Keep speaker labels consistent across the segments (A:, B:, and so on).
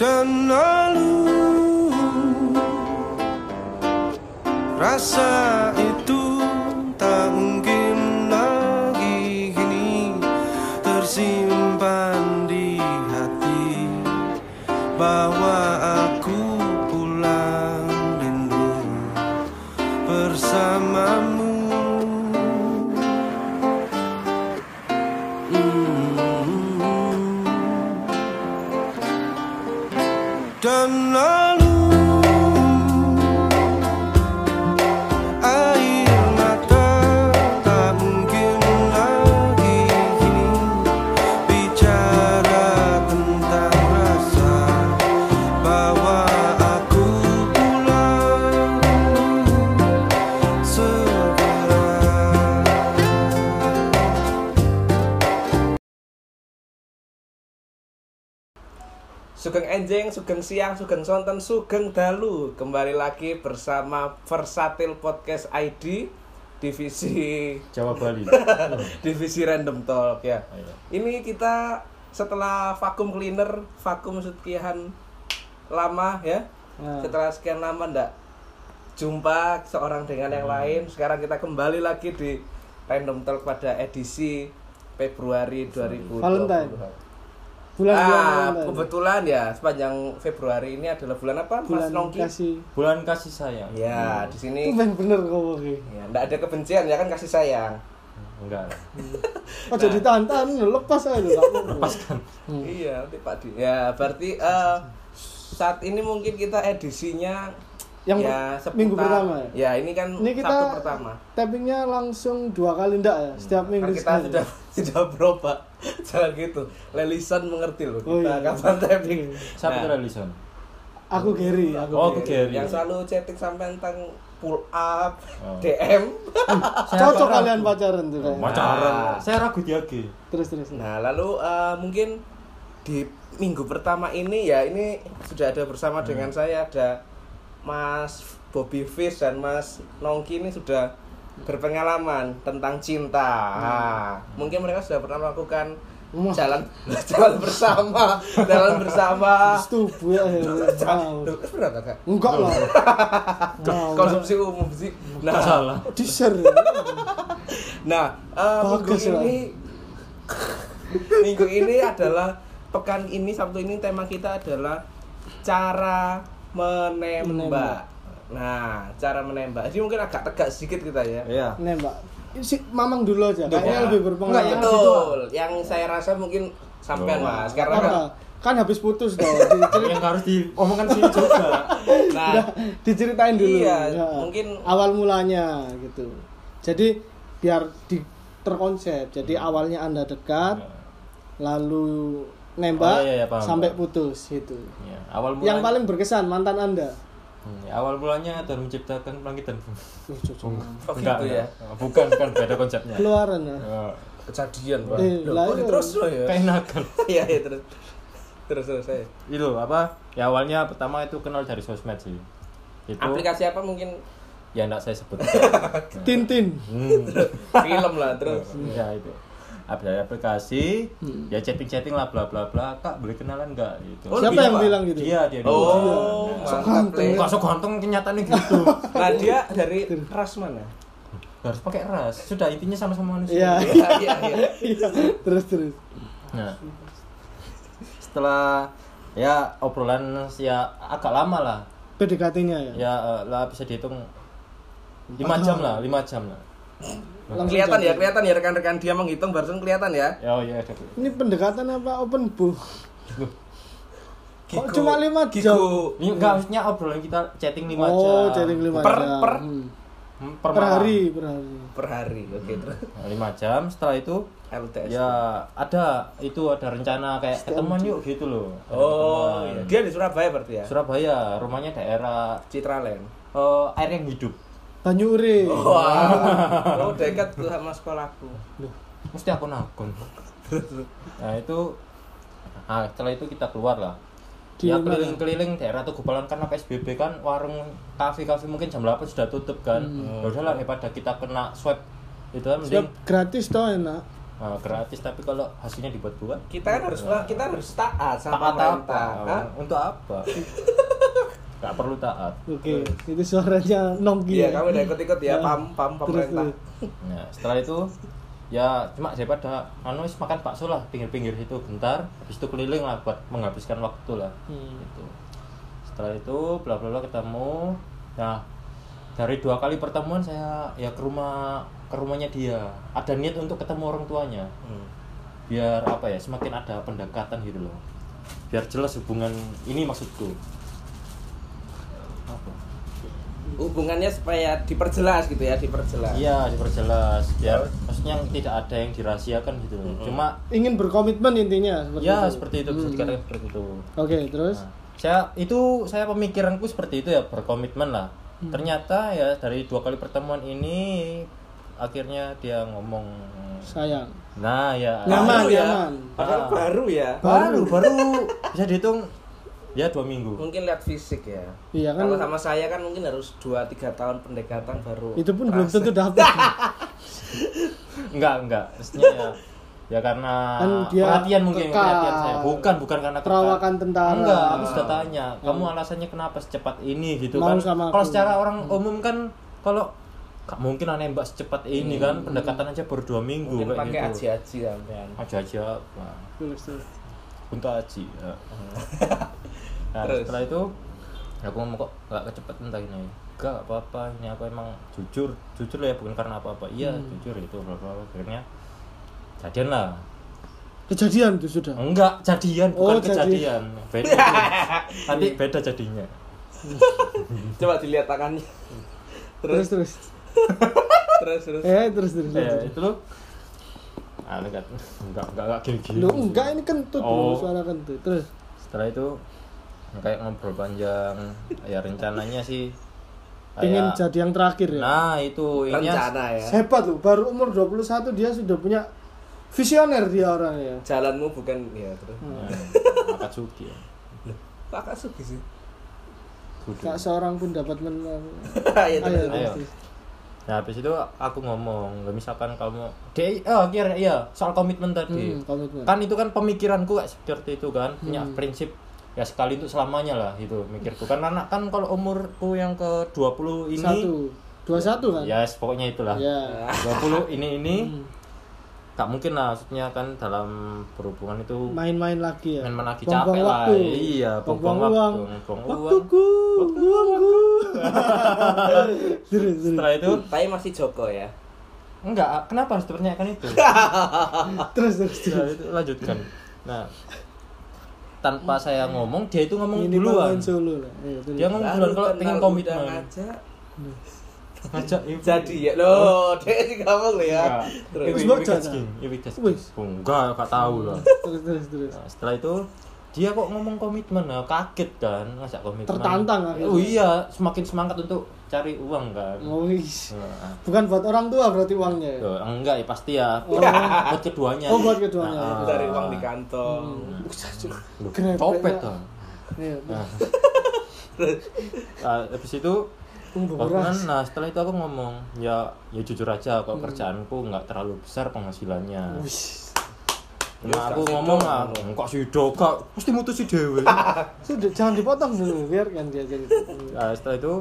A: dan lalu Rasa itu tak mungkin lagi kini Tersimpan di hati Bahwa aku pulang rindu bersamamu Mm. dan lalu air mata tak mungkin lagi kini bicara tentang rasa bahwa aku pulang segera.
B: Sugeng Enjing, Sugeng Siang, Sugeng Sonten, Sugeng Dalu Kembali lagi bersama Versatil Podcast ID Divisi
C: Jawa Bali.
B: Divisi Random Talk ya
C: Ayo.
B: Ini kita setelah vakum cleaner, vakum sekian lama ya Setelah sekian lama ndak jumpa seorang dengan yang lain Sekarang kita kembali lagi di Random Talk pada edisi Februari 2020
D: Valentine. Bulan
B: Ah,
D: bulan
B: kebetulan ya sepanjang Februari ini adalah bulan apa, Mas
D: bulan
B: Nongki?
D: kasih. Hmm.
C: Bulan kasih sayang.
B: Ya, di sini
D: Itu bener bener kau oke.
B: ya, nggak ada kebencian ya kan kasih sayang.
C: Enggak. lah.
B: Nah.
D: Oh jadi tahan-tahan lo lepas aja lo.
C: Lepaskan.
D: Hmm.
B: Iya, nanti Pak Di. Ya, berarti eh, saat ini mungkin kita edisinya
D: Yang
B: ya,
D: per- minggu
B: seputar-
D: pertama ya?
B: Ya, ini kan
D: Ini kita
B: Sabtu pertama.
D: tappingnya langsung dua kali ndak ya setiap
B: Kan
D: minggu
B: kita
D: sekali.
B: sudah sudah berubah. Jangan gitu. Lelisan mengerti loh kita
D: Oh, iya.
B: kapan tapping.
D: Iya.
C: Siapa
B: Nah.
C: tuh Relison?
D: Aku Gary, aku.
C: Oh,
D: Gary.
C: aku Gary.
B: Yang selalu chatting sampai tentang pull up,
C: Oh.
B: DM.
D: Cocok kalian pacaran tuh kayak.
C: Pacaran. Saya ragu dia ge.
D: Terus terus.
B: Nah, lalu eh, mungkin di minggu pertama ini ya ini sudah ada bersama
D: Hmm.
B: dengan saya ada Mas Bobby Fish dan Mas Nongki ini sudah berpengalaman tentang cinta. Nah, mungkin mereka sudah pernah melakukan
D: Hmm. Wah.
B: jalan jalan bersama, jalan bersama.
D: Setubuh ya. ya. Wow.
B: Duh, pernah nggak, Kak?
D: Enggak lah. Wow.
B: Konsumsi umum sih.
C: Enggak
B: Nah,
C: salah.
D: Di share.
B: Nah, eh, minggu
D: Bagus ya. lah.
B: ini minggu ini adalah pekan ini Sabtu ini tema kita adalah cara menembak.
D: Menembak.
B: Nah, cara menembak. Jadi mungkin agak tegak sedikit kita ya.
C: Iya.
D: Nembak. Si Mamang dulu aja. Kayaknya lebih
B: Enggak,
D: berpengalaman.
B: betul. Yang saya rasa mungkin sampean
C: Loh.
B: Mas karena Nah.
D: Apa? Kan habis putus dong. Dicerit-
C: Yang harus diomongkan sini juga.
B: nah,
D: Udah, diceritain dulu
B: Iya,
D: Ya.
B: mungkin-
D: awal mulanya gitu jadi biar di terkonsep jadi
C: Hmm.
D: awalnya anda dekat lalu
C: Ya. Oh,
D: nembak
C: iya, iya, paham,
D: sampai
C: paham.
D: putus gitu
C: Ya, awal mulanya,
D: yang paling berkesan mantan anda
C: Hmm, ya, awal mulanya Tuhan menciptakan langit dan bumi.
D: Wih, cocok.
B: Hmm. Oh,
C: Enggak,
B: gitu ya.
C: enggak. Bukan, bukan beda konsepnya.
D: keluaran ya
C: Ya,
B: kejadian, Pak.
D: Eh,
B: Loh,
D: lah,
B: kok
D: iya.
B: terus loh ya. Oh.
C: Keenakan.
B: Iya, iya, terus. Terus terus saya.
C: Itu apa? Ya awalnya pertama itu kenal dari sosmed sih. Itu
B: Aplikasi apa mungkin
C: ya enggak saya sebut.
D: tintin
C: Hmm.
B: film lah terus.
C: ya itu Ap- dari aplikasi ya chatting chatting lah bla bla bla kak boleh kenalan nggak
B: Hmm.
C: gitu
B: Oh,
D: siapa
B: lebih
D: yang
B: apa?
D: bilang gitu
C: dia Iya. dia
B: Oh,
D: Iya.
B: mantap, Le.
C: nggak sok ganteng kenyataannya gitu
B: Nah dia dari ras mana?
C: harus pakai ras sudah intinya sama-sama
D: Iya,
C: manusia
B: Iya, iya, iya.
D: iya. terus terus
C: nah setelah ya obrolan ya agak lama lah
D: PDKT-nya ya,
C: ya eh, lah bisa dihitung lima jam lah lima jam lah
D: Langsung
B: Kelihatan ya,
D: jadi.
B: kelihatan ya rekan-rekan dia menghitung barusan kelihatan ya.
C: ya oh ya gitu.
D: ini pendekatan apa open book Kok
B: Gigu.
D: cuma lima
B: Gigu.
D: jam?
C: ini enggak harusnya obrolan kita chatting lima
D: Iya. oh
C: jam
D: chatting lima
B: Per-
D: jam
B: per-
D: Hmm.
C: Hmm,
D: per,
C: per, malam.
D: hari per hari
B: per hari. Oke, terus
C: Nah, lima jam setelah itu
B: LTS.
C: ya ada itu ada rencana kayak ketemuan yuk gitu loh
B: Oh,
C: Ketemuan.
B: iya. dia di Surabaya berarti ya.
C: Surabaya rumahnya daerah
B: Citraland.
C: eh, air yang hidup
D: Banyu Urip.
C: Oh.
B: Wah, lo Oh, dekat tuh sama sekolahku.
C: mesti aku nakon nah itu nah, setelah itu kita keluar lah
D: Di
C: ya
D: mana?
C: keliling-keliling daerah Tegupalan karena PSBB kan warung kafe-kafe mungkin jam 8 sudah tutup kan Ya udahlah daripada kita kena swab itu kan mending
D: Sebab gratis toh enak.
C: Ah, gratis tapi kalau hasilnya dibuat-buat
B: Kita kan harus kita harus taat sama
C: taat apa?
B: pemerintah. Hah?
C: Nah, Untuk apa? Gak perlu taat.
D: Oke, Nah, itu suaranya Nongki.
B: Iya,
D: ya?
B: kamu udah ikut-ikut ya,
D: Nah,
B: paham paham
D: terus,
B: pemerintah.
D: terus.
C: Nah, setelah itu ya cuma daripada anu wis makan bakso lah pinggir-pinggir situ bentar habis itu keliling lah buat menghabiskan waktu lah
D: Hmm.
C: gitu. Setelah itu bla bla bla ketemu. Nah, dari dua kali pertemuan saya ya ke rumah ke rumahnya dia. Ada niat untuk ketemu orang tuanya.
B: Hmm.
C: Biar apa ya, semakin ada pendekatan gitu loh. Biar jelas hubungan ini maksudku. Apa?
B: Hubungannya supaya diperjelas gitu ya, diperjelas.
C: Iya, diperjelas. Biar maksudnya tidak ada yang dirahasiakan gitu loh. Cuma
D: Ingin berkomitmen intinya seperti
C: ya
D: itu.
C: seperti itu bisa dikatakan seperti itu.
D: Oke, terus
C: Nah, saya itu saya pemikiranku seperti itu ya berkomitmen lah ternyata ya dari dua kali pertemuan ini akhirnya dia ngomong
D: sayang.
C: nah ya
B: Baru
D: Nyaman,
B: ya.
D: nyaman.
B: Padahal
C: Ah.
B: baru ya.
C: baru baru bisa dihitung ya dua minggu
B: Mungkin lihat fisik ya.
D: Iya kan?
B: Kalau sama saya kan mungkin harus 2 3 tahun pendekatan baru.
D: Itu pun belum tentu dapat.
C: enggak enggak maksudnya ya ya karena
D: Kan dia
C: perhatian mungkin
D: kekal.
C: perhatian saya bukan bukan karena kekal.
D: Perawakan tentara. Ah. Kan
C: enggak aku sudah tanya kamu alasannya kenapa secepat ini gitu
D: Mau
C: kan
D: sama
C: kalau
D: aku. Hmm.
C: secara orang umum kan kalau gak mungkin aneh mbak secepat
D: Hmm.
C: ini kan pendekatan aja baru dua minggu
B: mungkin pakai
C: kayak gitu
B: aji-aji sampean.
C: aja aja apa
D: Terus, terus.
C: untuk aji ya. nah,
B: Terus?
C: setelah itu aku ngomong kok gak kecepatan tadi nih gak apa-apa ini aku emang jujur jujur lah ya bukan karena apa-apa iya
D: Hmm.
C: jujur itu bla bla bla. akhirnya jadian lah
D: Kejadian itu sudah.
C: Enggak, jadian bukan
D: Oh, jadi.
C: kejadian. Beda. Nanti beda jadinya.
B: Coba dilihat tangannya. Terus
D: Terus, terus.
B: terus terus.
D: Eh, terus, terus.
C: Ya,
D: terus.
C: itu loh. Ah, enggak, enggak, enggak, enggak gini-gini.
D: Lu enggak ini kentut
C: iya. Oh.
D: loh, suara kentut. Terus.
C: Setelah itu kayak ngobrol panjang. Ya rencananya sih
D: Pengen
C: kayak-
D: jadi yang terakhir ya.
C: Ah, iya. Nah, iya. itu ini
B: Rencana ya.
D: Hebat loh, baru umur 21 dia sudah punya visioner dia orangnya.
B: Jalanmu bukan ya terus.
C: Hmm. Akatsuki ya.
B: Pak Kasugi sih.
C: Kudu.
D: Gak seorang pun dapat menang.
B: ya
C: Iya,
D: Ayo,
B: terus.
C: Ayo.
D: terus.
C: Nah, habis itu aku ngomong, "Lah, misalkan kamu Dek, oh, akhirnya iya, soal komitmen tadi.
D: Hmm, komitmen. Hmm.
C: kan itu kan pemikiranku kayak seperti itu kan punya prinsip ya sekali untuk selamanya lah itu mikirku kan anak kan kalau umurku yang ke 20 ini Nah.
D: Satu. Dua satu kan?
C: ya yes, pokoknya itulah
D: Ya. Hmm.
C: 20 ini ini tak mungkin lah maksudnya kan dalam berhubungan itu
D: Main-main lagi ya.
C: main-main lagi
D: Buang-buang
C: capek lah
D: waktu.
C: iya
D: Buang-buang
C: buang-buang waktu
D: uang.
C: buang uang
D: Waktuku, uangku. Terus, terus.
C: setelah itu
B: Tapi masih Joko ya.
C: enggak kenapa harus dipertanyakan itu
D: Terus, terus, terus.
C: Nah, itu lanjutkan nah tanpa saya ngomong dia itu ngomong
D: Minimal
C: duluan
D: main solo lah. Iya, Ayo, terus.
C: dia ngomong duluan kalau
B: Baru
C: pengen
B: kenal
C: komitmen
B: udah ngajak.
C: ngajak ibu.
B: Jadi ya loh, dia sih ngomong
C: Iya.
B: loh ya.
C: Terus
B: Terus
D: Ibu baca, Wis.
C: Oh, Enggak, gak tahu lah.
D: Terus, terus, terus.
C: Nah, setelah itu dia kok ngomong komitmen, nah, kaget kan ngajak komitmen.
D: Tertantang akhirnya.
C: Oh iya, semakin semangat untuk cari uang kan.
D: Oh, wis.
C: Nah,
D: Bukan buat orang tua berarti uangnya ya?
C: tuh, enggak ya pasti ya.
D: Oh.
C: buat keduanya. Nah,
D: Oh, buat keduanya.
C: Ah.
B: dari uang di kantong.
C: Hmm. Loh,
D: Grebek
C: Copet
D: lah.
C: dong.
D: Ayo,
C: Nah. Nah, habis itu
D: Untung
C: Komitmen,
D: beras.
C: nah setelah itu aku ngomong ya ya jujur aja kalau kerjaanku nggak terlalu besar penghasilannya.
D: Hmm. Wis.
C: Nah, aku ngomong lah, kok sido kok mesti mutusi dhewe.
D: Sudah jangan dipotong dulu, biarkan dia jadi.
C: Nah, setelah itu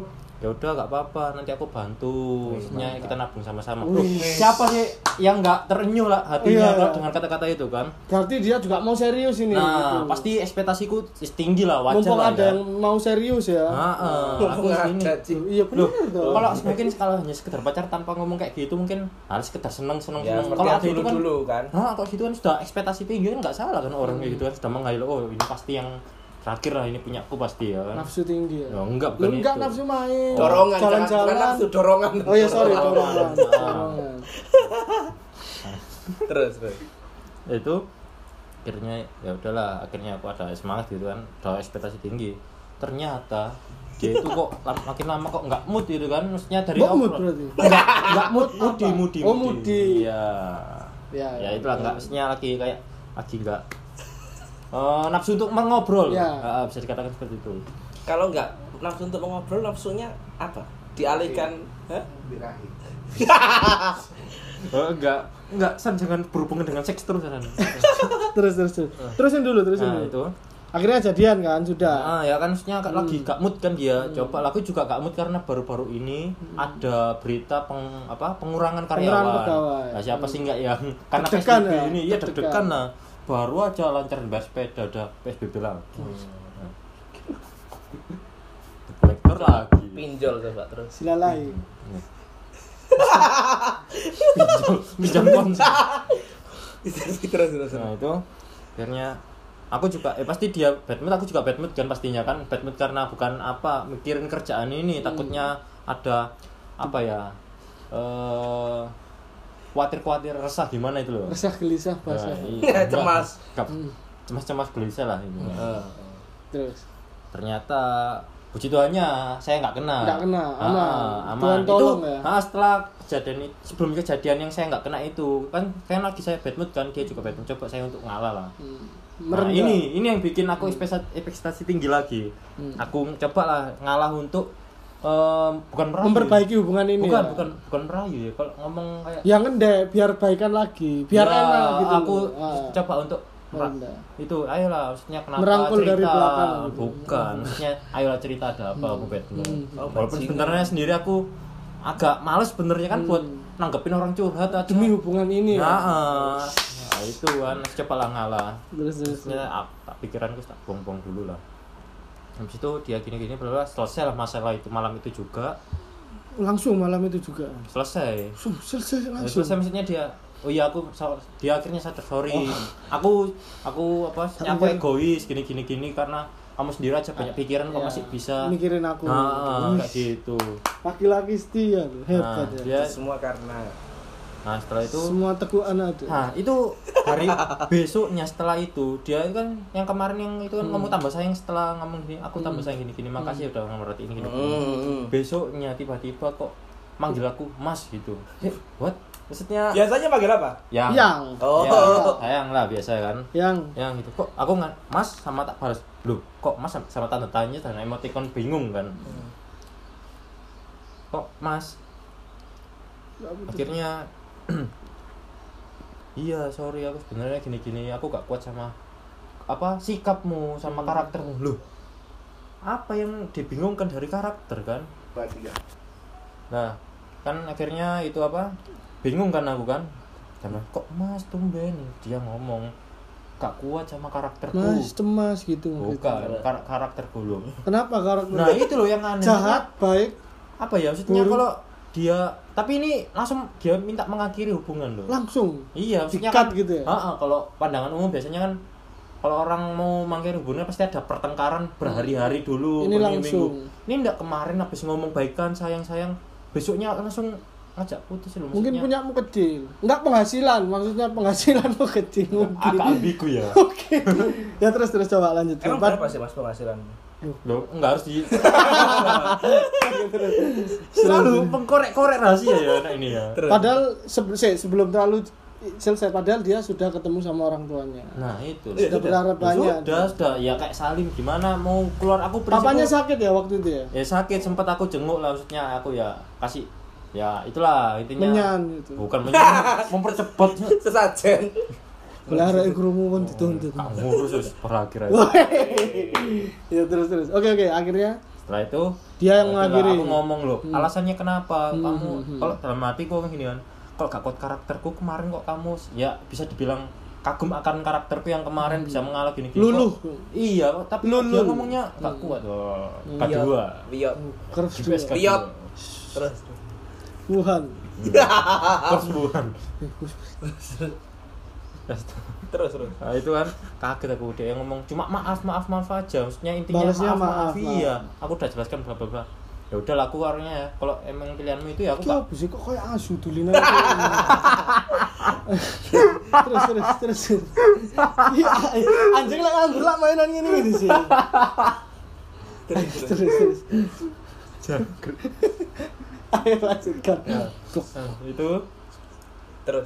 C: ya udah nggak apa-apa, nanti aku bantu. Maksudnya kita nabung sama-sama.
D: Wih.
C: Loh, siapa sih yang nggak terenyuh lah hatinya
D: Iya.
C: kalau dengan kata-kata itu kan?
D: Berarti dia juga mau serius ini.
C: Nah,
D: gitu.
C: pasti ekspektasiku tinggi lah wajar
D: mumpung
C: lah. ya.
D: ada yang mau serius ya.
C: Ah, eh, aku
B: Ngomong
C: ini.
B: ada Ci.
D: Iya
C: Loh,
D: benar dong.
C: kalau mungkin kalau hanya sekedar pacar tanpa ngomong kayak gitu mungkin harus sekedar seneng seneng
B: Ya,
C: seneng.
B: seperti
C: Kalau
B: yang
C: ada itu kan
B: dulu-dulu kan.
C: Nah, kalau gitu kan sudah ekspektasi tinggi kan nggak salah kan orang kayak gitu kan sudah menghayal oh ini pasti yang terakhir lah ini punya aku pasti ya kan.
D: nafsu tinggi ya.
C: Ya, enggak
D: Lu
C: bukan
D: enggak
C: itu.
D: nafsu main.
B: Dorongan jangan bukan
D: jalan-jalan.
B: nafsu, dorongan.
D: Oh iya sorry
C: Dorongan.
D: dorongan. Dorongan.
B: Terus terus.
C: Ya itu akhirnya ya udahlah akhirnya aku ada semangat gitu kan ada ekspektasi tinggi ternyata dia itu kok lam- makin lama kok nggak mood gitu kan maksudnya dari
D: Nggak mood
C: awal-
D: berarti?
C: nggak nggak mood mudi
D: Apa?
C: mudi
D: Oh, mudi.
C: iya
D: Ya,
C: ya,
D: ya.
C: itulah nggak maksudnya lagi kayak lagi nggak eh, nafsu untuk mengobrol
D: Ya.
C: Ah, bisa dikatakan seperti itu
B: Kalau nggak langsung untuk Iya. ngobrol nafsunya apa? Dialihkan, hah?
C: Oh, enggak, enggak, San jangan berhubungan dengan seks terus San.
D: terus terus terus terusin dulu terusin
C: Nah, itu.
D: dulu akhirnya jadian kan
C: Ah,
D: sudah
C: ya kan maksudnya kan lagi gak mood kan dia.
D: Hmm.
C: Coba laku juga gak mood karena baru-baru ini ada berita peng, apa pengurangan karyawan.
D: pegawai.
C: Nah, siapa sih nggak yang karena
D: Deg-degan
C: PSBB
D: ya,
C: ini iya deg-degan
D: deg-degan.
C: lah. Baru aja lancar bayar sepeda ada PSBB lagi.
D: Hmm.
C: Nah. Deflektor lagi.
B: pinjol coba terus
D: silalai
C: Pinjam pinjam ponsel.
B: terus terus terus
C: Nah itu akhirnya aku juga eh pasti dia bad mood aku juga bad mood kan pastinya kan bad mood karena bukan apa mikirin kerjaan ini
D: Hmm.
C: takutnya ada apa ya eh khawatir khawatir resah gimana itu loh
D: resah Hmm. gelisah bahasa
C: Nah, iya.
B: Cemas.
C: Gap- cemas cemas gelisah lah ini
D: Hmm.
B: Nah.
D: terus
C: ternyata puji Tuhannya saya nggak kena
D: Nggak kena,
C: Ah,
D: aman.
C: ah, aman.
D: Tuhan
C: itu
D: tolong ya.
C: ah, setelah kejadian itu sebelum kejadian yang saya nggak kena itu kan kan lagi saya bad mood kan dia juga bad mood coba saya untuk ngalah lah
D: hmm,
C: Nah,
D: merendah Hmm.
C: ini ini yang bikin aku ekspektasi, ekspektasi tinggi lagi. Aku coba lah ngalah untuk em, bukan merayu.
D: memperbaiki hubungan ini
C: bukan
D: ya.
C: bukan bukan merayu ya. Kalau ngomong kayak
D: yang ngendek biar baikan lagi biar
C: Ya,
D: enak gitu
C: Aku
D: Ah,
C: coba untuk mera-
D: merendah.
C: itu ayolah maksudnya kenapa
D: Merangkul
C: cerita
D: dari belakang gitu.
C: bukan maksudnya ayolah cerita ada apa aku bad mood.
D: Hmm.
B: Oh,
C: walaupun
B: bajingan.
C: sebenarnya sendiri aku agak males benernya kan buat nanggepin orang curhat aja.
D: Hmm. demi hubungan ini
C: nah,
D: ya.
C: eh, nah, itu kan coba lah ngalah
D: terus terus
C: terusnya ap- tak pikiranku tak buang-buang dulu lah habis itu dia gini-gini bla bla, bla, selesai lah masalah itu malam itu juga
D: langsung malam itu juga
C: selesai
D: Suh, selesai
C: Ya,
D: langsung Oh.
C: selesai maksudnya dia oh iya aku sa- dia akhirnya sadar sorry aku aku apa aku
D: mikir.
C: egois gini gini gini karena kamu sendiri aja banyak pikiran kok
D: Ya,
C: masih bisa
D: mikirin aku
C: nah,
D: Wih,
C: kayak gitu
D: laki-laki setia loh,
C: nah
D: hebat ya
C: dia
B: Itu semua karena
C: nah setelah itu
D: semua teguhan ada
C: Nah, itu hari besoknya setelah itu dia kan yang kemarin yang itu
D: Hmm.
C: kan kamu tambah sayang setelah ngomong gini, aku tambah sayang gini gini, makasih udah ngemerhatiin gini. gini.
D: Hmm.
B: Hmm.
C: Besoknya tiba-tiba kok manggil aku Mas gitu. Eh, what? Maksudnya
B: biasanya panggil apa
C: yang
D: yang
B: Ya. Oh.
C: yang sayang lah biasa kan.
D: yang
C: Yang gitu. Kok aku nggak Mas sama tak balas. Loh, kok Mas sama- sama tanda tanya dan emoticon bingung kan. Kok Mas akhirnya iya sorry aku sebenarnya gini gini aku gak kuat sama apa sikapmu sama
D: Hmm.
C: karaktermu loh apa yang dibingungkan dari karakter kan nah kan akhirnya itu apa bingung kan aku kan karena kok mas tumben dia ngomong gak kuat sama karakterku
D: mas cemas gitu
C: bukan kar karakter belum
D: kenapa karakter
C: nah itu loh yang aneh
D: jahat baik
C: apa ya maksudnya
D: Buruk.
C: kalau dia tapi ini langsung dia minta mengakhiri hubungan loh
D: langsung
C: Iya, maksudnya
D: Di-cut
C: kan
D: gitu ya?
C: Ha-ha, kalau pandangan umum biasanya kan kalau orang mau manggil hubungannya pasti ada pertengkaran berhari-hari dulu
D: Ini
C: berminggu-minggu.
D: langsung.
C: Ini enggak kemarin habis ngomong baikan sayang-sayang, besoknya langsung ngajak putus loh
D: mungkin
C: maksudnya.
D: punyamu kecil enggak penghasilan maksudnya penghasilanmu kecil mungkin
C: agak ambigu ya.
D: oke ya terus terus coba lanjut
B: emang
D: Empat.
B: berapa sih mas penghasilan
C: Loh, enggak harus di
D: Terus.
C: selalu mengkorek-korek rahasia ya anak ini ya.
D: padahal sebe- se- sebelum terlalu selesai padahal dia sudah ketemu sama orang tuanya
C: Nah, itu.
B: Eh,
D: sudah
B: sudah.
D: berharap banyak
C: Sudah, sudah. Ya kayak Salim gimana mau keluar aku prinsipku-
D: papanya sakit ya waktu itu ya
C: ya sakit sempat aku jenguk lah maksudnya aku ya kasih ya itulah intinya
D: Menyan gitu.
C: bukan menyan mempercepat
B: sesajen
D: belara ikrumu kan dituntut
C: Kak ngurus wis berakhir aja.
D: Woi. ya terus terus oke oke akhirnya
C: setelah itu
D: Dia yang
C: setelah
D: mengakhiri.
C: aku ngomong loh alasannya kenapa
D: Hmm,
C: kamu
D: hmm, hmm.
C: kalau dalam hati kok gini kan kalau gak kuat karakterku kemarin kok kamu ya bisa dibilang kagum akan karakterku yang kemarin bisa mengalah gini gini
D: Hmm. Luluh.
C: iya tapi kok dia
D: Luluh. Hmm, iya.
C: ngomongnya gak kuat loh kedua
B: liot
D: keras
C: GPS
D: dua.
C: kedua
B: Liot. terus
D: Wuhan
C: Terus bukan.
B: terus terus
C: Nah, itu kan kaget aku dia yang ngomong cuma maaf maaf maaf aja maksudnya intinya
D: Balasnya
C: maaf, maaf,
D: maaf,
C: iya aku udah jelaskan bla bla bla ya udah laku orangnya ya kalau emang pilihanmu itu ya aku
D: Ki
C: gak
D: apa sih kok kayak asu tulinan terus terus terus Iya, anjing lah nganggur lah mainan gini gitu sih terus terus ayo lanjutkan Kok
C: Nah, itu
B: terus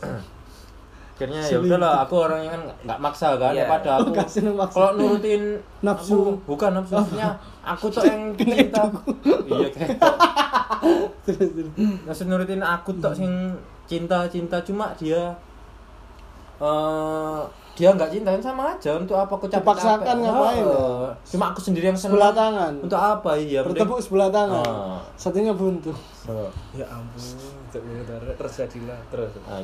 C: akhirnya ya udahlah aku orangnya kan nggak maksa kan
B: Iya.
C: pada aku
D: Nggak seneng maksa.
C: kalau nurutin
D: Nafsu.
C: aku- bukan nafsu maksudnya aku tuh yang cinta iya kayak
D: terus terus
C: Maksud nurutin aku tok sing cinta cinta cuma dia eh dia nggak cinta kan sama aja untuk apa aku capek
D: Dipaksakan ngapain ya?
C: cuma aku sendiri yang
D: Sebelah
C: senang
D: tangan.
C: untuk apa iya mending-
D: bertepuk sebelah tangan.
C: Ah.
D: Satunya buntu.
C: Eh,
B: ya ampun cek bener terjadilah iya, terus
C: ah.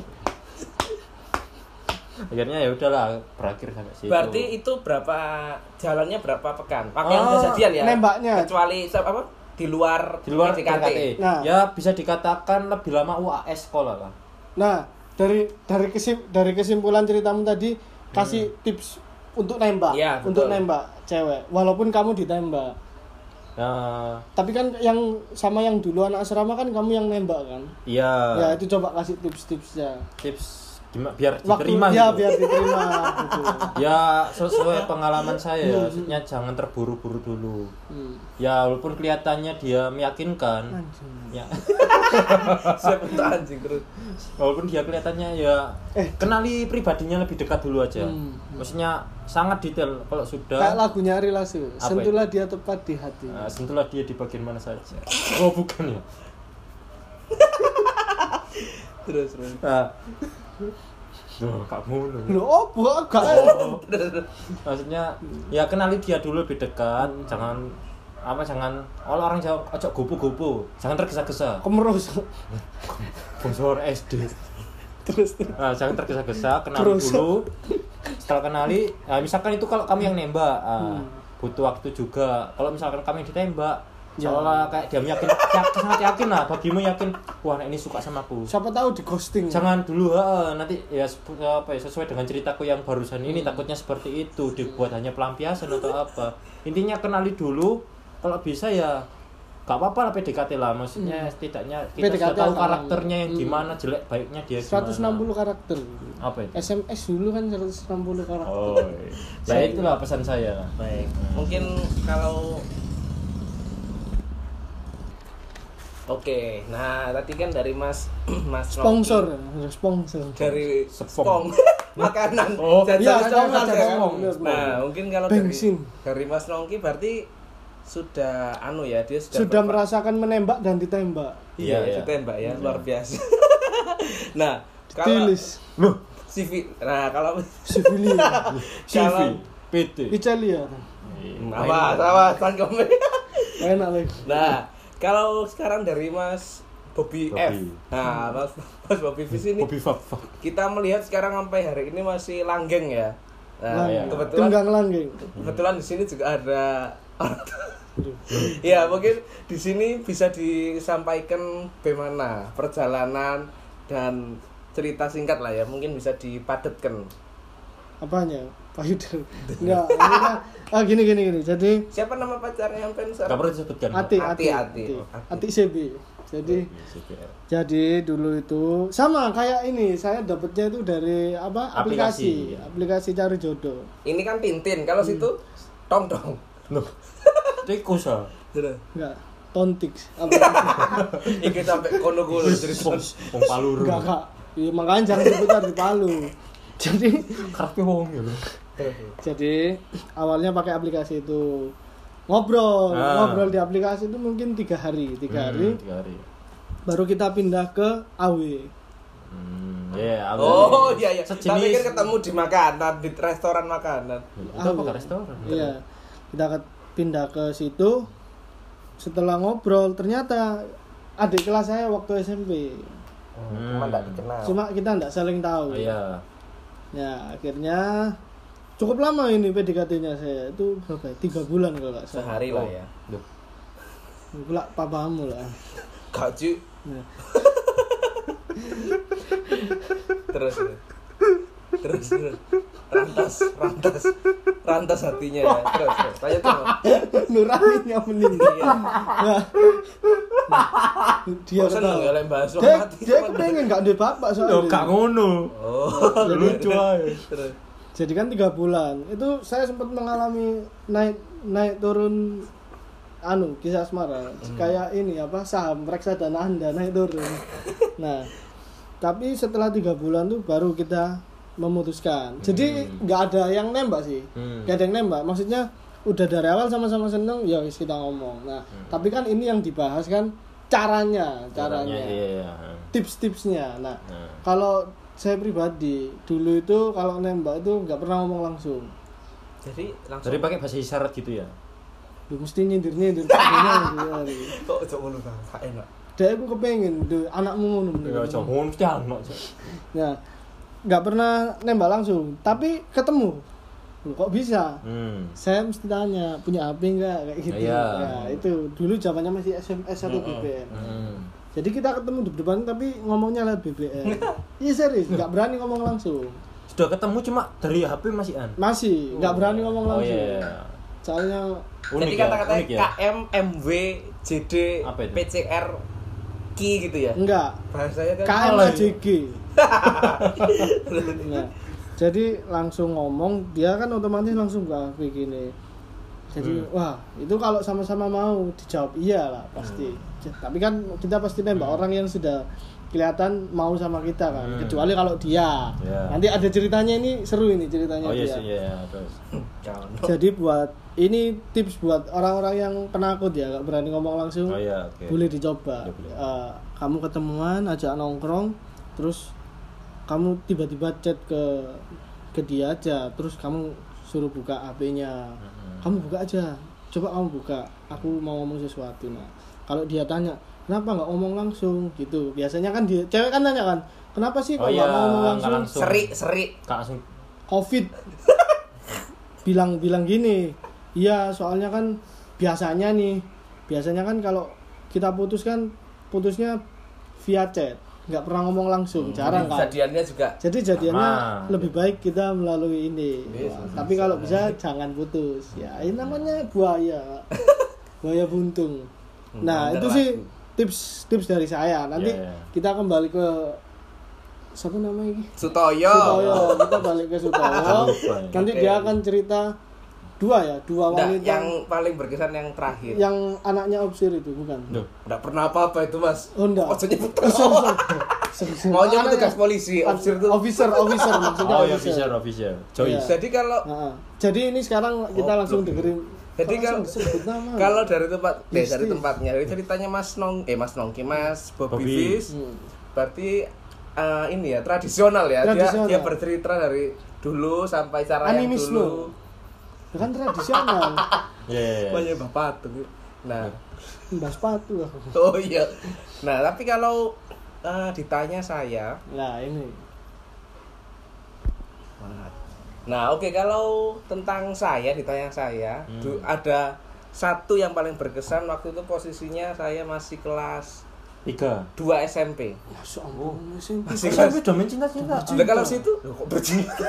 C: akhirnya ya udahlah berakhir sampai situ
B: berarti itu berapa jalannya berapa pekan pakai yang
C: Ah,
B: kejadian ya
D: nembaknya.
C: Eh,
B: kecuali apa di luar
C: di luar
B: PDKT.
C: PDKT.
D: Nah.
C: ya bisa dikatakan lebih lama UAS sekolah lah
D: Nah, dari dari kesim, dari kesimpulan ceritamu tadi kasih tips untuk nembak,
B: Iya, betul.
D: untuk nembak cewek walaupun kamu ditembak.
C: nah
D: Tapi kan yang sama yang dulu anak asrama kan kamu yang nembak kan?
C: iya
D: Ya, itu coba kasih tips-tipsnya.
C: tips gimana biar
D: Waktu
C: diterima
D: ya
C: gitu.
D: biar diterima gitu.
C: ya sesuai pengalaman saya ya, maksudnya jangan terburu-buru dulu
D: Hmm.
C: ya walaupun kelihatannya dia meyakinkan ya
B: siap untuk anjing terus
C: walaupun dia kelihatannya ya kenali pribadinya lebih dekat dulu aja maksudnya sangat detail kalau
D: Kayak
C: sudah
D: lagunya Ari Lasso,
C: Apa
D: sentuhlah dia tepat di hati.
C: nah, sentuhlah dia di bagian mana saja oh bukan ya
B: terus terus
C: nah. Duh, kamu loh.
D: Loh, oh, buah, gak ada.
B: terus terus.
C: maksudnya ya kenali dia dulu lebih dekat jangan apa jangan kalau orang Jawa ojo gopo-gopo jangan tergesa-gesa
D: Kemerus.
C: Bonsor SD
D: Terus terus.
C: Nah, jangan tergesa-gesa, kenali
D: Terus.
C: dulu. Setelah kenali, nah, misalkan itu kalau kamu yang nembak, ah,
D: Hmm.
C: butuh waktu juga. Kalau misalkan kamu yang ditembak,
D: Ya.
C: seolah kayak dia yakin, yakin sangat yakin lah, bagimu yakin, wah anak ini suka sama aku.
D: Siapa tahu di ghosting.
C: Jangan dulu, ah, nanti ya sepu- apa ya sesuai dengan ceritaku yang barusan ini
D: Hmm.
C: takutnya seperti itu dibuat hanya pelampiasan atau apa. Intinya kenali dulu, kalau bisa ya gak apa-apa lah PDKT lah maksudnya
D: Hmm.
C: setidaknya kita
D: PDKT
C: sudah tahu
D: akan- Hmm.
C: karakternya yang gimana jelek baiknya dia gimana
D: 160 karakter.
C: apa itu
D: SMS dulu kan 160 karakter.
C: Oh, nah itulah pesan saya.
B: baik mungkin kalau Oke, nah tadi kan dari Mas Mas Rocky.
D: Sponsor, sponsor.
B: dari
C: Sepong.
B: spong makanan
C: Oh,
B: jajan
D: iya, jajanan,
B: jajanan,
D: jajanan.
B: Spong.
D: Iya, Spong.
B: nah mungkin kalau
D: Bensin.
B: dari dari Mas Nongki berarti sudah anu ya dia sudah,
D: Sudah
B: berpa-
D: merasakan menembak dan ditembak.
B: iya
C: Iya, iya.
B: ditembak ya luar biasa nah kalau
D: Tilis,
B: CV nah kalau
D: Sivilia, ya.
B: kalau
C: PT.
D: Italia.
B: awas awas tangkep.
D: Enak lagi.
B: nah kalau sekarang dari Mas Bobby, F
C: Bobby.
B: nah Mas Mas Bobby F ini
C: Kopi Fafa.
B: kita melihat sekarang sampai hari ini masih langgeng ya nah,
C: Langgeng.
B: kebetulan
D: Tunggang langgeng.
B: kebetulan di sini juga ada ya mungkin di sini bisa disampaikan bagaimana perjalanan dan cerita singkat lah ya mungkin bisa dipadatkan
D: Apanya? Pak Yuda. Enggak. maksudnya, Ah gini gini gini. Jadi
B: siapa nama pacarnya Ampen
C: Gak
B: sekarang
C: perlu disebutkan. Iya,
D: Ati,
B: Ati,
D: Ati,
B: Ati.
D: Ati,
B: Ati.
D: Ati CB. Jadi
C: CPR.
D: Jadi dulu itu sama kayak ini saya dapatnya itu dari apa aplikasi
C: Aplikasi.
D: aplikasi cari jodoh.
B: ini kan Tintin kalau situ tong tong
C: Loh. Tikus ah.
D: Enggak tontik apa
B: ini sampai kono kono cerita
C: Wong wong Paluru.
D: enggak Kak. Ya, makanya jangan diputar di Palu. Jadi
C: Kerapnya wong ya lho.
D: jadi awalnya pakai aplikasi itu ngobrol
C: Ah.
D: ngobrol di aplikasi itu mungkin tiga hari tiga hari
C: Hmm, Tiga hari.
D: baru kita pindah ke AW.
C: Hmm, ya, agak-
B: oh iya iya
C: Sejenis.
B: tapi kan ketemu di makanan di restoran makanan
C: Itu apa ke restoran?
D: Iya, kita ke- pindah ke situ. Setelah ngobrol, ternyata adik kelas saya waktu SMP.
C: Hmm.
B: cuma tidak dikenal
D: Cuma kita nggak saling
C: Oh,
D: tahu.
C: Iya.
D: Ya, akhirnya cukup lama ini PDKT-nya saya. Itu berapa? ya? Tiga bulan kalau nggak salah.
B: sehari lah ya
C: Loh.
D: Gula papamu lah.
B: kau cuy
D: Nah,
B: terus terus terus rantas rantas rantas hatinya ya terus terus lanjut terus
D: nuraninya meninggi. Nah, dia
B: bosan nggak
D: ketawa.
B: ngelem bahas
D: Dia,
B: orang mati
D: dia
B: cuman-
D: kepengen nggak ada bapak
C: Loh,
D: soalnya.
C: gak ngono.
B: oh
C: Lucu aja.
B: terus
D: Jadi kan tiga bulan itu saya sempat mengalami naik naik turun anu kisah asmara kayak ini apa saham reksadana anda naik turun. nah tapi setelah tiga bulan tuh baru kita memutuskan. Jadi nggak ada yang nembak sih,
C: Hmm.
D: nggak Ya, ada yang nembak. Maksudnya udah dari awal sama-sama seneng ya wis
C: Hmm.
D: kita ngomong. Nah tapi kan ini yang dibahas kan caranya caranya.
C: Iya, iya.
D: tips-tipsnya nah
C: Nah.
D: kalau saya pribadi dulu itu kalau nembak itu nggak pernah ngomong langsung
B: Jadi langsung
C: Jadi pakai bahasa isyarat gitu ya.
D: Duh, mesti nyindir nyindir dia
B: kok cok ngono ta? Gak enak.
D: aku kepengen duh, anakmu ngono
C: Ya
D: bener.
C: jangan mesti anak. Cok.
D: nah nggak pernah nembak langsung tapi ketemu Loh, kok bisa
C: Hmm.
D: saya mesti tanya punya HP nggak kayak gitu
C: Iya.
D: Nah, itu dulu zamannya masih SMS atau BBM
C: Hmm.
D: jadi kita ketemu di depan tapi ngomongnya lewat BBM iya serius nggak berani ngomong langsung
C: Sudah ketemu cuma dari HP masih an.
D: masih nggak berani ngomong
C: Oh
D: langsung
C: iya. iya.
D: soalnya
C: Unik
B: Jadi
C: ya,
B: kata-katanya
C: unik ya.
B: KM, MW, JD,
C: Apa itu?
B: PCR, Ki gitu ya.
D: enggak
B: Bahasanya kan
D: KMJG
B: Terus-
D: nah, jadi langsung ngomong dia kan otomatis langsung ke HP gini jadi
C: Hmm.
D: wah itu kalau sama-sama mau dijawab iya lah pasti
C: Hmm.
D: J- tapi kan kita pasti nembak orang yang sudah kelihatan mau sama kita kan
C: Hmm.
D: kecuali kalau dia
C: Iya.
D: nanti ada ceritanya ini seru ini
C: Oh
D: ceritanya
C: iya
D: dia
C: sih iya, iya terus.
B: Jangan.
D: Jadi buat ini tips buat orang-orang yang penakut ya, nggak berani ngomong langsung,
C: Oh iya oke.
D: boleh dicoba.
C: Boleh, boleh.
D: Eh, kamu ketemuan, ajak nongkrong, terus kamu tiba-tiba chat ke ke dia aja, terus kamu suruh buka HP-nya,
C: Mm-hmm.
D: kamu buka aja, coba kamu buka, aku mau ngomong sesuatu. Nah, kalau dia tanya, kenapa nggak ngomong langsung gitu? Biasanya kan dia, cewek kan tanya kan, kenapa sih
C: Oh
D: kok nggak
C: iya,
D: mau ngomong
C: nggak
D: langsung?
C: langsung.
B: Seri, seri.
C: Kak langsung.
D: covid bilang-bilang gini iya soalnya kan biasanya nih biasanya kan kalau kita putus kan putusnya via chat nggak pernah ngomong
C: Hmm,
D: langsung jarang kan
B: Kejadiannya juga
D: jadi jadinya
C: Sama. Iya,
D: lebih baik kita melalui ini Wah, tapi kalau bisa jangan putus ya ini namanya buaya buaya buntung nah
B: mantap
D: itu
B: lah.
D: sih tips tips dari saya nanti
C: Hmm, Iya, iya.
D: kita kembali ke siapa namanya ini?
B: Sutoyo.
D: Sutoyo, kita balik ke Sutoyo.
C: Lupa ya.
D: Nanti
B: Oh. Oke.
D: dia akan cerita dua ya,
B: Nggak,
D: dua wanita
B: yang paling berkesan yang terakhir.
D: yang anaknya obsir itu bukan.
C: Duh.
B: Nggak pernah apa-apa itu, Mas.
D: Oh, nggak.
B: Maksudnya nyebut
D: Oh, sorry, sorry. Sorry, sorry.
B: Maunya
D: Anaknya-
B: petugas polisi, obsir itu.
D: Officer, officer maksudnya.
C: Oh iya official official. Joyce.
D: Iya.
B: Jadi kalau
D: Heeh. Jadi ini sekarang kita
B: Goblok.
D: langsung dengerin.
B: Jadi
D: Kok
B: kalau-
D: langsung disebut nama.
B: kalau dari tempat eh,
D: Bisnis.
B: dari tempatnya dari ceritanya Mas Nong eh Mas Nongki Mas Bobby,
C: Bobby.
B: Fish,
D: Hmm.
B: berarti eh, ini ya tradisional ya
D: Tradisional.
B: dia dia bercerita dari dulu sampai cara yang
D: Animisme.
B: dulu
D: Ya kan tradisional.
C: Iya. iya, iya.
B: banyak bapak tuh nah
D: Mbak sepatu.
B: oh iya nah tapi kalau eh, ditanya saya
D: Nah, ini.
B: nah oke kalau tentang saya ditanya saya
D: Hmm.
B: du- ada satu yang paling berkesan waktu itu posisinya saya masih kelas
C: Tiga.
B: 2 SMP
D: Masya Allah, masih-
B: Masih kelas-
C: Sampai domain cinta cinta.
B: Lah kalau situ loh, kok bercinta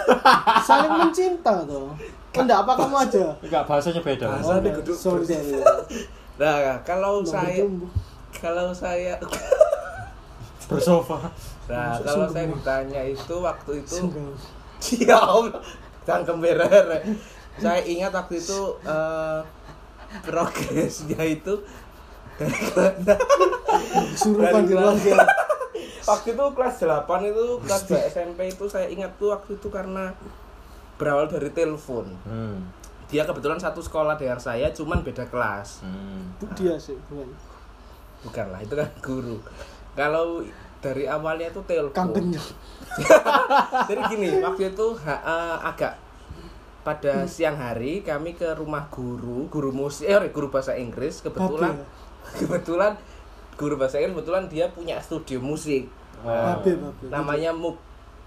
D: saling mencinta tuh. Enggak apa kamu aja.
C: Enggak bahasanya beda.
B: Bahasa-
D: Oh,
B: Saling geduk.
D: sorry, sorry.
B: Nah, kalau
D: Nomor
B: saya
D: jumbo.
B: kalau saya
C: Bersofa.
B: nah,
D: Masuk
B: kalau
D: sungguh.
B: saya ditanya itu waktu itu
D: Sungguh.
B: ya Allah, cangkem berer. Saya ingat waktu itu eh, progresnya itu
D: suruh panggil
B: Dari
D: lagi
B: waktu itu kelas 8 itu kelas 2 SMP itu saya ingat tuh waktu itu karena berawal dari telepon.
C: Hmm.
B: Dia kebetulan satu sekolah dengan saya, cuman beda kelas.
C: Hmm.
D: Bu dia sih bukan
B: Bukanlah, itu kan guru. Kalau dari awalnya itu telepon.
D: kang kenyang
B: Jadi gini, waktu itu ha- eh, agak pada siang hari kami ke rumah guru, guru musik, eh, sorry, guru bahasa Inggris kebetulan kebetulan guru bahasa Inggris kebetulan dia punya studio musik.
C: Oh.
D: babe babe
B: Namanya Muk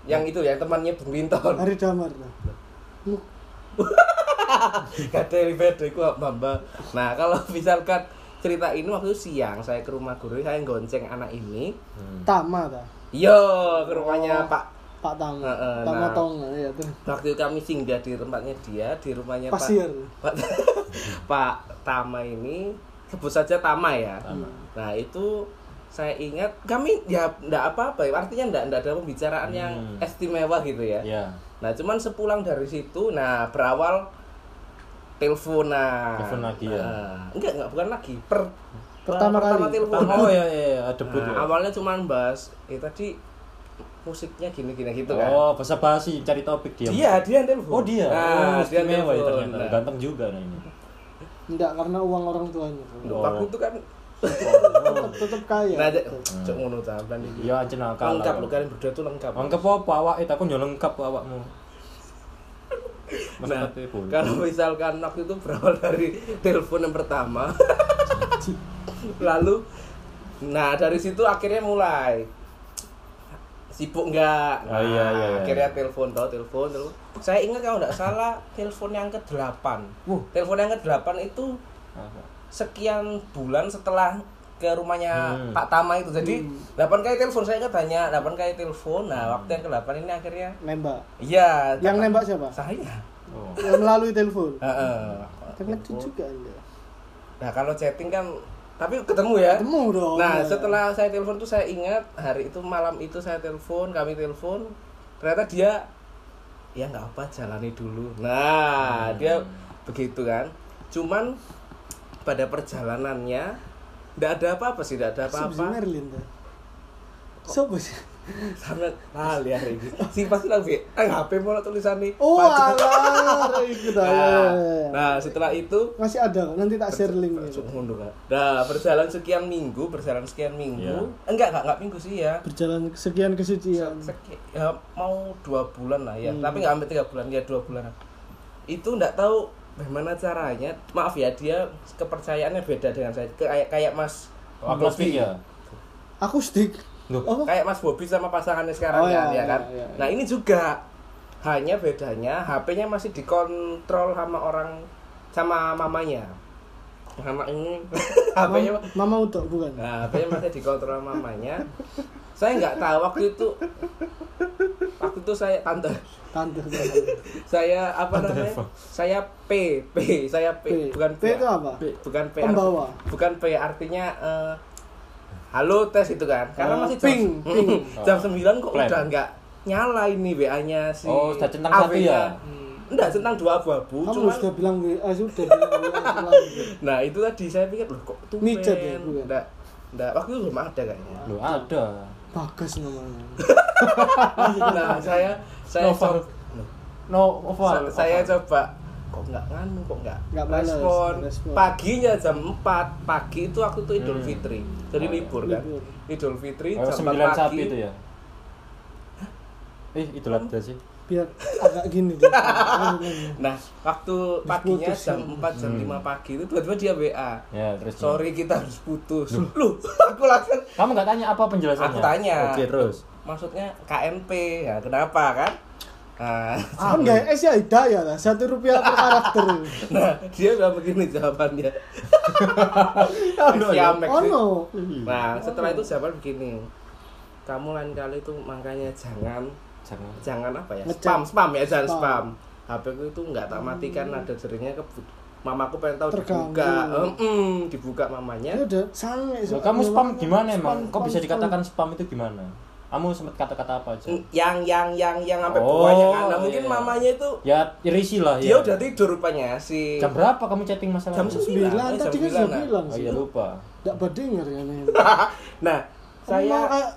B: yang itu yang temannya Bung Linton.
D: hari damar nah. Lu,
B: Gak ada yang beda iku Mbak. Nah, kalau misalkan cerita ini waktu itu siang saya ke rumah guru saya gonceng anak ini.
C: Hmm.
D: tama ta
B: Yo, ke rumahnya Pak
D: pak tama
B: Eh, eh,
D: tama
B: nah.
D: tong ya terus
B: waktu itu kami singgah di tempatnya dia di rumahnya Pak
D: pasir
B: Pak, Pak Tama ini sebut saja Tama ya. Nah itu saya ingat kami ya enggak apa-apa ya, artinya enggak, enggak ada pembicaraan yang
C: Hmm.
B: istimewa gitu ya.
C: Ya.
B: Nah cuman sepulang dari situ, nah berawal teleponan.
C: Telepon lagi ya?
B: Nah, enggak enggak bukan lagi per
D: Pertama
B: pertama
D: kali.
B: telepon.
C: Oh ya ya ya, debut.
B: Nah,
C: ya.
B: awalnya cuman bahas eh tadi musiknya gini-gini gitu kan.
C: Oh, bahasa basi cari topik dia.
B: Dia, dia yang telepon.
C: Oh dia.
B: Nah,
C: oh,
B: dia yang
C: istimewa ya
B: telepon.
C: ternyata.
B: Nah.
C: Ganteng juga nah ini.
D: enggak karena uang orang tuanya
B: Loh,
C: Oh.
B: Waktu itu kan
D: tetap tetap kaya gitu.
B: Nah, cek cek ngono ta, plan iki.
C: Hmm. Iya aja nakal.
B: Lengkap kan? lho kalian berdua tuh lengkap.
C: Lengkap apa awak itu aku yo lengkap kok awakmu. Mas
B: Nah,
C: kate bol.
B: kalau misalkan waktu itu berawal dari telepon yang pertama, lalu, nah dari situ akhirnya mulai sibuk nggak?
C: Oh, iya,
B: Nah,
C: iya, iya.
B: Akhirnya telepon, tahu telepon, telepon. Saya ingat kalau nggak salah telepon yang ke 8
C: Wuh.
B: Telepon yang ke 8 itu
C: Ah,
B: sekian bulan setelah ke rumahnya
C: Hmm.
B: Pak Tama itu. Jadi 8 kali telepon saya ingat hanya 8 kali telepon. Nah, waktu yang ke 8 ini akhirnya
D: nembak
B: Iya,
D: yang
B: Tama-
D: nembak siapa
B: saya.
C: Oh.
D: yang melalui telepon
B: Heeh.
D: tapi ngecut juga anda
B: Nah kalau chatting kan tapi ketemu ya.
D: ketemu dong
B: Nah setelah saya telepon tuh saya ingat hari itu malam itu saya telepon kami telepon ternyata dia ya nggak apa jalani dulu.
D: Hmm.
B: Nah dia begitu kan. Cuman pada perjalanannya nggak ada apa-apa sih nggak ada
D: apa
B: apa-apa.
D: Linda Sopo sih?
B: Sama nah lihat ini. Si pasti lagi eh, HP mau tulisan nih.
D: Oh alah, ikut
B: Nah,
D: aja.
B: nah setelah itu
D: ya, Masih ada, nanti tak share linknya.
B: Langsung mundur, Kak. Nah, berjalan sekian minggu, berjalan sekian minggu.
C: Iya.
B: Enggak, enggak, enggak minggu sih ya.
D: Berjalan sekian kesucian.
B: Seki- ya, mau dua bulan lah ya.
D: Hmm.
B: Tapi enggak sampai tiga bulan, ya dua bulan. Itu enggak tahu bagaimana caranya. Maaf ya, dia kepercayaannya beda dengan saya. Kayak kayak Mas
C: Akustik ya.
D: Akustik.
C: Loh.
D: Apa?
B: kayak Mas Bobby sama pasangannya sekarang
D: Oh,
B: kan, ya
D: iya,
B: kan.
D: iya, iya.
B: Nah, ini juga hanya bedanya HP-nya masih dikontrol sama orang sama mamanya. Mama ini HP-nya
D: Mam- Mama udah bukan?
B: ya, Nah, HP-nya masih dikontrol sama mamanya. Saya nggak tahu waktu itu waktu itu saya tante
D: Tante.
B: saya apa namanya? Saya P P saya P, bukan
D: P itu apa?
B: P, bukan P
D: Pembawa.
B: bukan P artinya eh, halo tes itu kan karena
D: Oh,
B: masih
D: ping,
B: jam,
D: ping.
B: jam 9 kok
C: Plan.
B: udah nggak nyala ini WA-nya si
C: Oh, sudah centang satu
B: AW-nya.
C: ya?
B: Enggak, centang dua abu-abu
D: Kamu
B: cuman
D: sudah bilang WA sudah. bilang WA, selalu.
B: nah itu tadi saya pikir loh kok tuh
D: Micet ya, bukan?
B: enggak enggak waktu itu belum ada kayaknya
C: Loh ada.
D: Bagas namanya.
B: nah saya saya
C: Novel.
B: coba-
C: No,
B: sa-
C: oval.
B: saya coba kok nggak nganu kok nggak
D: Nggak bales,
B: respon.
D: respon.
B: paginya jam 4 pagi itu waktu itu Idul
C: Hmm.
B: Fitri jadi
C: Oh, iya.
B: libur kan
D: Libur.
B: Idul Fitri
C: Oh,
B: jam 4
C: sembilan
B: pagi
C: sapi itu ya. Eh, itu ada sih.
D: Biar agak gini. gitu.
B: nah waktu paginya
D: putus,
B: jam 4 jam 5 pagi itu tiba-tiba dia WA
C: Hmm. Ya, terus.
B: sorry kita harus putus lu aku langsung
C: Kamu nggak tanya apa penjelasannya?
B: Aku tanya.
C: Oke, terus.
B: maksudnya KMP ya kenapa kan nah,
D: Kan gak es ya hidayah lah. Satu rupiah per karakter.
B: nah dia udah begini jawabannya Siamek
D: Oh
B: sih.
D: no.
C: Hmm.
B: Nah,
D: Oh.
B: setelah itu jawaban begini. Kamu lain kali itu makanya jangan
C: Jangan.
B: jangan apa ya?
D: Ngecek.
B: Spam, spam ya, jangan
D: Spam. Hmm.
B: spam. HP ku itu nggak tak matikan ada jerinya ke mamaku pengen tahu
D: Terganggu.
B: dibuka. Mm-mm, dibuka mamanya.
D: Ya udah sange.
C: Loh, kamu spam gimana emang?
D: Spam,
C: Kok bisa
D: spam,
C: dikatakan spam itu gimana? Kamu sempat kata-kata apa aja?
B: Mm, Yang yang yang yang sampai
C: Oh,
B: buahnya kan. Nah, mungkin
C: iya.
B: mamanya itu
C: Ya, irisi lah
B: dia
C: ya.
B: Iya, udah tidur rupanya si
C: Jam berapa kamu chatting masalah?
B: Jam
C: itu?
B: Eh,
D: Sembilan,
B: jam
D: tadi kan
B: sembilan,
D: sudah
B: nah.
D: bilang
C: Oh
D: sih.
C: iya lupa.
D: Tidak berdengar ya
B: Nah,
D: nih. Emang
B: saya
D: kayak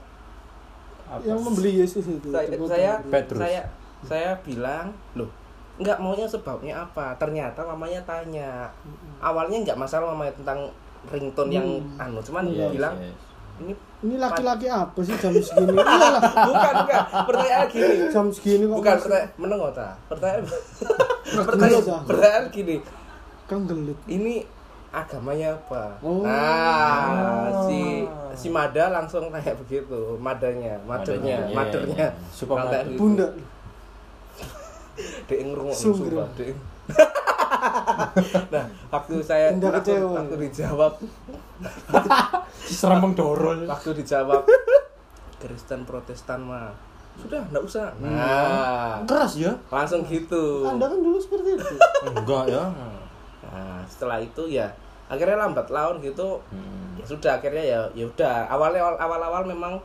C: Apa?
D: yang membeli Yesus itu.
B: saya
D: Coba
B: saya,
C: Petrus.
B: saya saya bilang loh nggak maunya sebabnya apa ternyata mamanya tanya awalnya nggak masalah mamanya tentang ringtone yang anu cuman
C: Iya,
B: bilang
C: iya.
B: ini
D: Ini laki-laki apa sih jam segini? Iya Iyalah,
B: bukan enggak pertanyaan gini
D: jam segini kok.
B: bukan
D: masih
B: pertanyaan menengok ta pertanyaan
C: Iya,
D: gelut,
B: pertanyaan
D: ah.
B: pertanyaan gini
D: Kan gelut.
B: ini agamanya apa
D: Oh.
B: nah si
C: Ah.
B: si Mada langsung kayak begitu Madanya
C: Madanya,
B: Madernya
C: iya,
B: Madernya
C: iya. Super
B: Kalau kayak
C: Mother.
B: gitu.
D: Bunda.
B: Dek ngrungokno
D: Sungguh.
B: sumpah, Dek. nah, waktu saya
D: Tanda
B: waktu,
D: kecewa.
B: waktu dijawab,
C: Serempeng dorol.
B: waktu dijawab Kristen Protestan mah sudah enggak usah. Nah,
C: Keras ya?
B: langsung gitu.
D: Hmm. Anda kan dulu seperti itu.
C: Enggak ya.
B: Nah, setelah itu ya akhirnya lambat laun gitu
D: Hmm.
B: ya sudah akhirnya ya ya udah awalnya awal-awal memang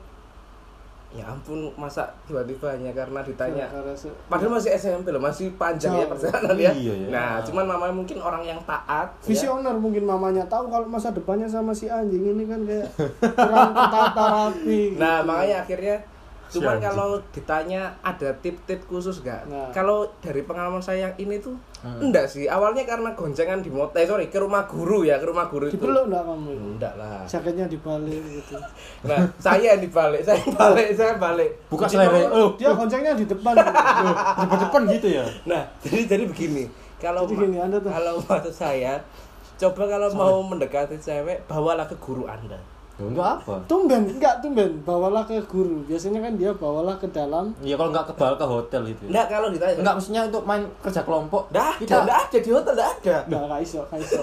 B: ya ampun masa tiba-tiba hanya karena ditanya
D: Karena se-
B: Padahal masih SMP loh, masih panjang ya
D: Jauh.
B: perjalanan ya.
C: Iya, ya.
B: Nah, cuman mamanya mungkin orang yang taat. ya.
D: Visioner mungkin mamanya tahu kalau masa depannya sama si anjing ini kan kayak kurang tertata rapi.
B: Nah, makanya akhirnya Cuman
C: Si anjing.
B: kalau ditanya ada tip-tip khusus nggak?
D: Nah.
B: Kalau dari pengalaman saya yang ini tuh
C: Hmm.
B: enggak sih. Awalnya karena goncengan di motor, eh, sorry, ke rumah guru ya, ke rumah guru itu.
D: dipeluk enggak kamu
B: Enggak lah.
D: jaketnya dibalik gitu
B: Nah, saya yang dibalik, saya yang balik, saya yang balik.
C: Buka
B: Jadi
C: selera.
B: kalau-
C: Oh,
D: dia goncengnya di depan gitu.
C: depan-depan gitu ya.
B: Nah, jadi jadi begini. Kalau
D: Jadi
B: ma-
D: gini, Anda tuh-
B: kalau maksud saya coba kalau mau mendekati cewek, bawalah ke guru Anda.
C: Ya untuk apa?
D: tumben enggak tumben bawalah ke guru biasanya kan dia bawalah ke dalam
C: Ya kalau nggak ke bal ke hotel gitu. Ya.
B: Enggak kalau ditanya.
C: Enggak maksudnya untuk main kerja kelompok.
B: Nggak ada, nggak ada di hotel enggak ada.
D: enggak kaiso kaiso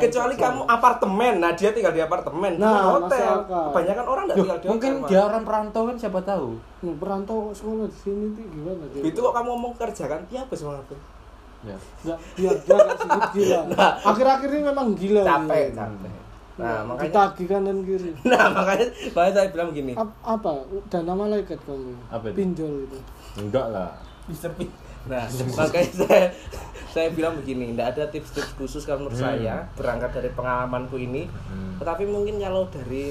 B: Kecuali kamu apartemen. Nah, dia tinggal di apartemen, bukan
D: Nah,
B: hotel.
D: masuk akal.
B: Kebanyakan orang enggak
C: Loh,
B: tinggal di hotel.
C: mungkin
B: Mas.
C: dia orang perantau kan siapa tahu.
D: Nih, perantau kok sekolah di sini tuh gimana dia
B: itu kok kamu ngomong kerja kan? Iya, apa semua itu?
C: Ya.
D: enggak dia dia nggak sedikit gila
C: Nah.
D: akhir-akhir ini memang gila
B: Capek,
D: gitu.
B: capek. Nah, makanya
D: ditagih kanan kiri
B: Nah, makanya makanya saya bilang gini.
D: Ap- apa dana malaikat kamu
C: Apa itu?
D: pinjol itu
C: Enggak lah.
B: bisa pi- nah makanya saya saya bilang begini tidak ada tips-tips khusus kalau
D: Hmm.
B: menurut saya berangkat dari pengalamanku ini
C: Hmm.
B: tetapi mungkin kalau dari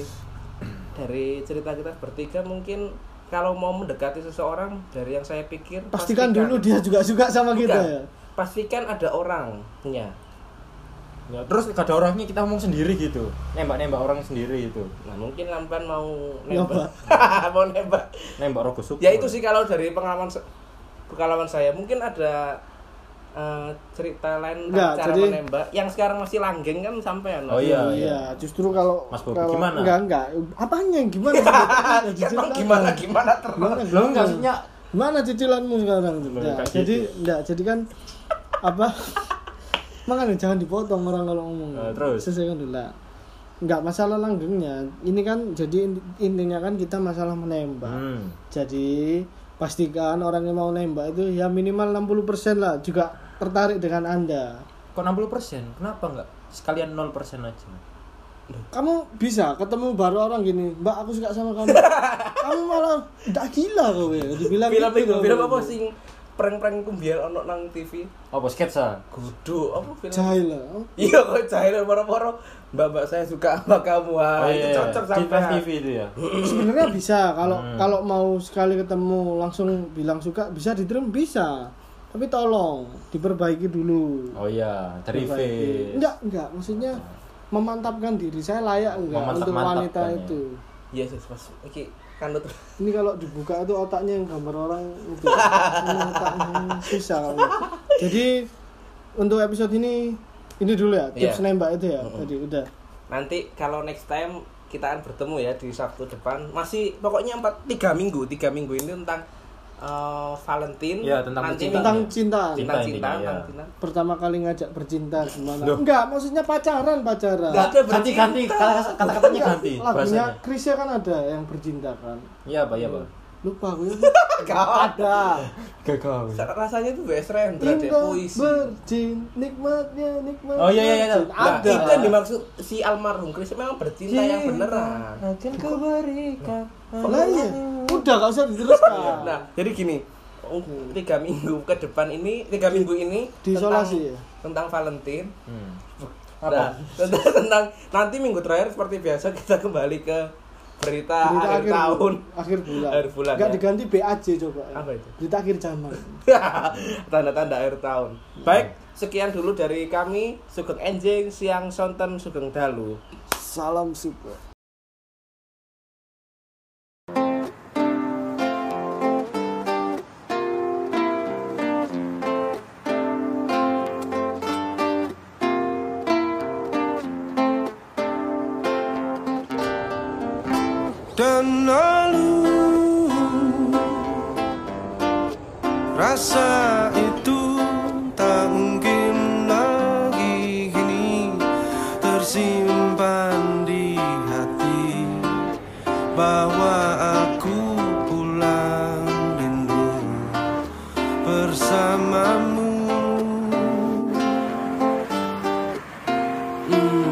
B: dari cerita kita bertiga mungkin kalau mau mendekati seseorang dari yang saya pikir
D: pastikan dulu dia juga suka sama kita
B: Bukan.
D: ya
B: pastikan ada orangnya
C: Ya, terus gak ada orangnya kita ngomong sendiri gitu. Nembak-nembak orang sendiri gitu.
B: nah mungkin lampan mau
D: Nyoba.
B: nembak mau nembak
C: Nembak rogo suku.
B: ya itu sih kalau dari pengalaman se- pengalaman saya mungkin ada eh, cerita lain tentang
D: Enggak,
B: cara
D: jadi-
B: menembak yang sekarang masih langgeng kan sampai
C: Oh iya.
D: iya, justru kalau
C: Mas Bobi,
D: kalau-
C: gimana?
D: Enggak, enggak. Apanya yang gimana?
B: Ya, Emang gimana gimana terus
D: Gimana?
C: Belum enggak maksudnya
D: Mana cicilanmu sekarang?
C: Belum,
D: Enggak,
C: kayak
D: jadi
C: gitu.
D: enggak, jadi kan apa? Makanya jangan dipotong orang kalau ngomong.
B: Nah,
C: Eh, terus?
D: Selesaikan dulu lah. Enggak masalah langgengnya. Ini kan jadi in- intinya kan kita masalah menembak.
C: hmm.
D: Jadi pastikan orang yang mau nembak itu ya minimal 60% lah juga tertarik dengan Anda.
C: Kok 60%? Kenapa enggak sekalian 0% aja?
D: kamu bisa ketemu baru orang gini mbak aku suka sama kamu kamu malah tidak gila kowe dibilang
B: film
D: gitu,
B: itu
D: kowe.
B: film apa sing prank-prank kumbiar ono nang TV
C: Apa sketsa?
B: gudu apa film
D: jahil lah.
B: iya kok jahil moro-moro mbak-mbak saya suka sama kamu
C: Oh,
B: ah
C: iya,
B: itu cocok
C: Di
B: sama
C: Trans TV itu ya.
D: sebenarnya bisa kalau
C: Hmm.
D: kalau mau sekali ketemu langsung bilang suka bisa diterima bisa tapi tolong diperbaiki dulu
C: Oh iya, dari
D: Diperbaiki.
C: face.
D: enggak enggak maksudnya memantapkan diri saya layak enggak
C: Memantap-
D: untuk wanita
C: mantapkan ya.
D: itu
B: iya yes, mas oke kanut
D: ini kalau dibuka itu otaknya yang gambar orang itu Ini otaknya susah kamu. jadi untuk episode ini ini dulu ya tips
B: Iya.
D: nembak itu ya tadi udah
B: nanti kalau next time kita akan bertemu ya di Sabtu depan masih pokoknya empat tiga minggu tiga minggu ini tentang eh, Valentine
C: Iya, tentang
B: nanti
C: percintaan.
D: tentang
B: tentang
D: cinta
C: Cinta
B: cinta cinta
C: intinya, ya.
B: tentang cinta
D: pertama kali ngajak bercinta gimana
C: Loh.
D: enggak maksudnya pacaran pacaran
B: Nggak ada
C: ganti ganti
B: bercinta.
C: kata katanya
D: Enggak,
C: ganti
D: Iya,
C: kan?
D: lagunya
C: bahasanya.
D: Krisya kan ada yang bercinta kan
C: Iya pak iya pak.
D: lupa aku ya
B: Gawat.
D: ada
C: Gagal.
B: rasanya tuh BS Rendra deh
D: cinta
B: puisi
D: bercinta nikmatnya nikmat
C: Oh, iya, iya, iya.
D: bercinta.
B: Nah,
D: ada
B: itu yang dimaksud si almarhum Chris memang bercinta yang beneran.
D: Nah,
C: Akan ku berikan.
D: Lah, iya. udah gak usah diteruskan
B: Nah, jadi gini, oh, tiga minggu ke depan ini, tiga minggu ini
D: Diisolasi ya?
B: tentang, tentang Valentine.
C: Hmm.
B: Nah, tentang, tentang nanti minggu terakhir seperti biasa kita kembali ke berita,
D: berita
B: akhir, tahun.
D: akhir bulan
B: Akhir bulan,
D: Nggak
B: ya.
D: diganti BAJ coba ya.
B: Apa itu?
D: berita akhir zaman
B: Tanda-tanda akhir tahun. Baik, sekian dulu dari kami Sugeng Enjing Siang Sonten Sugeng Dalu.
D: salam super
A: dan lalu Rasa itu tak mungkin lagi kini tersimpan di hati Bahwa aku pulang rindu bersamamu Hmm.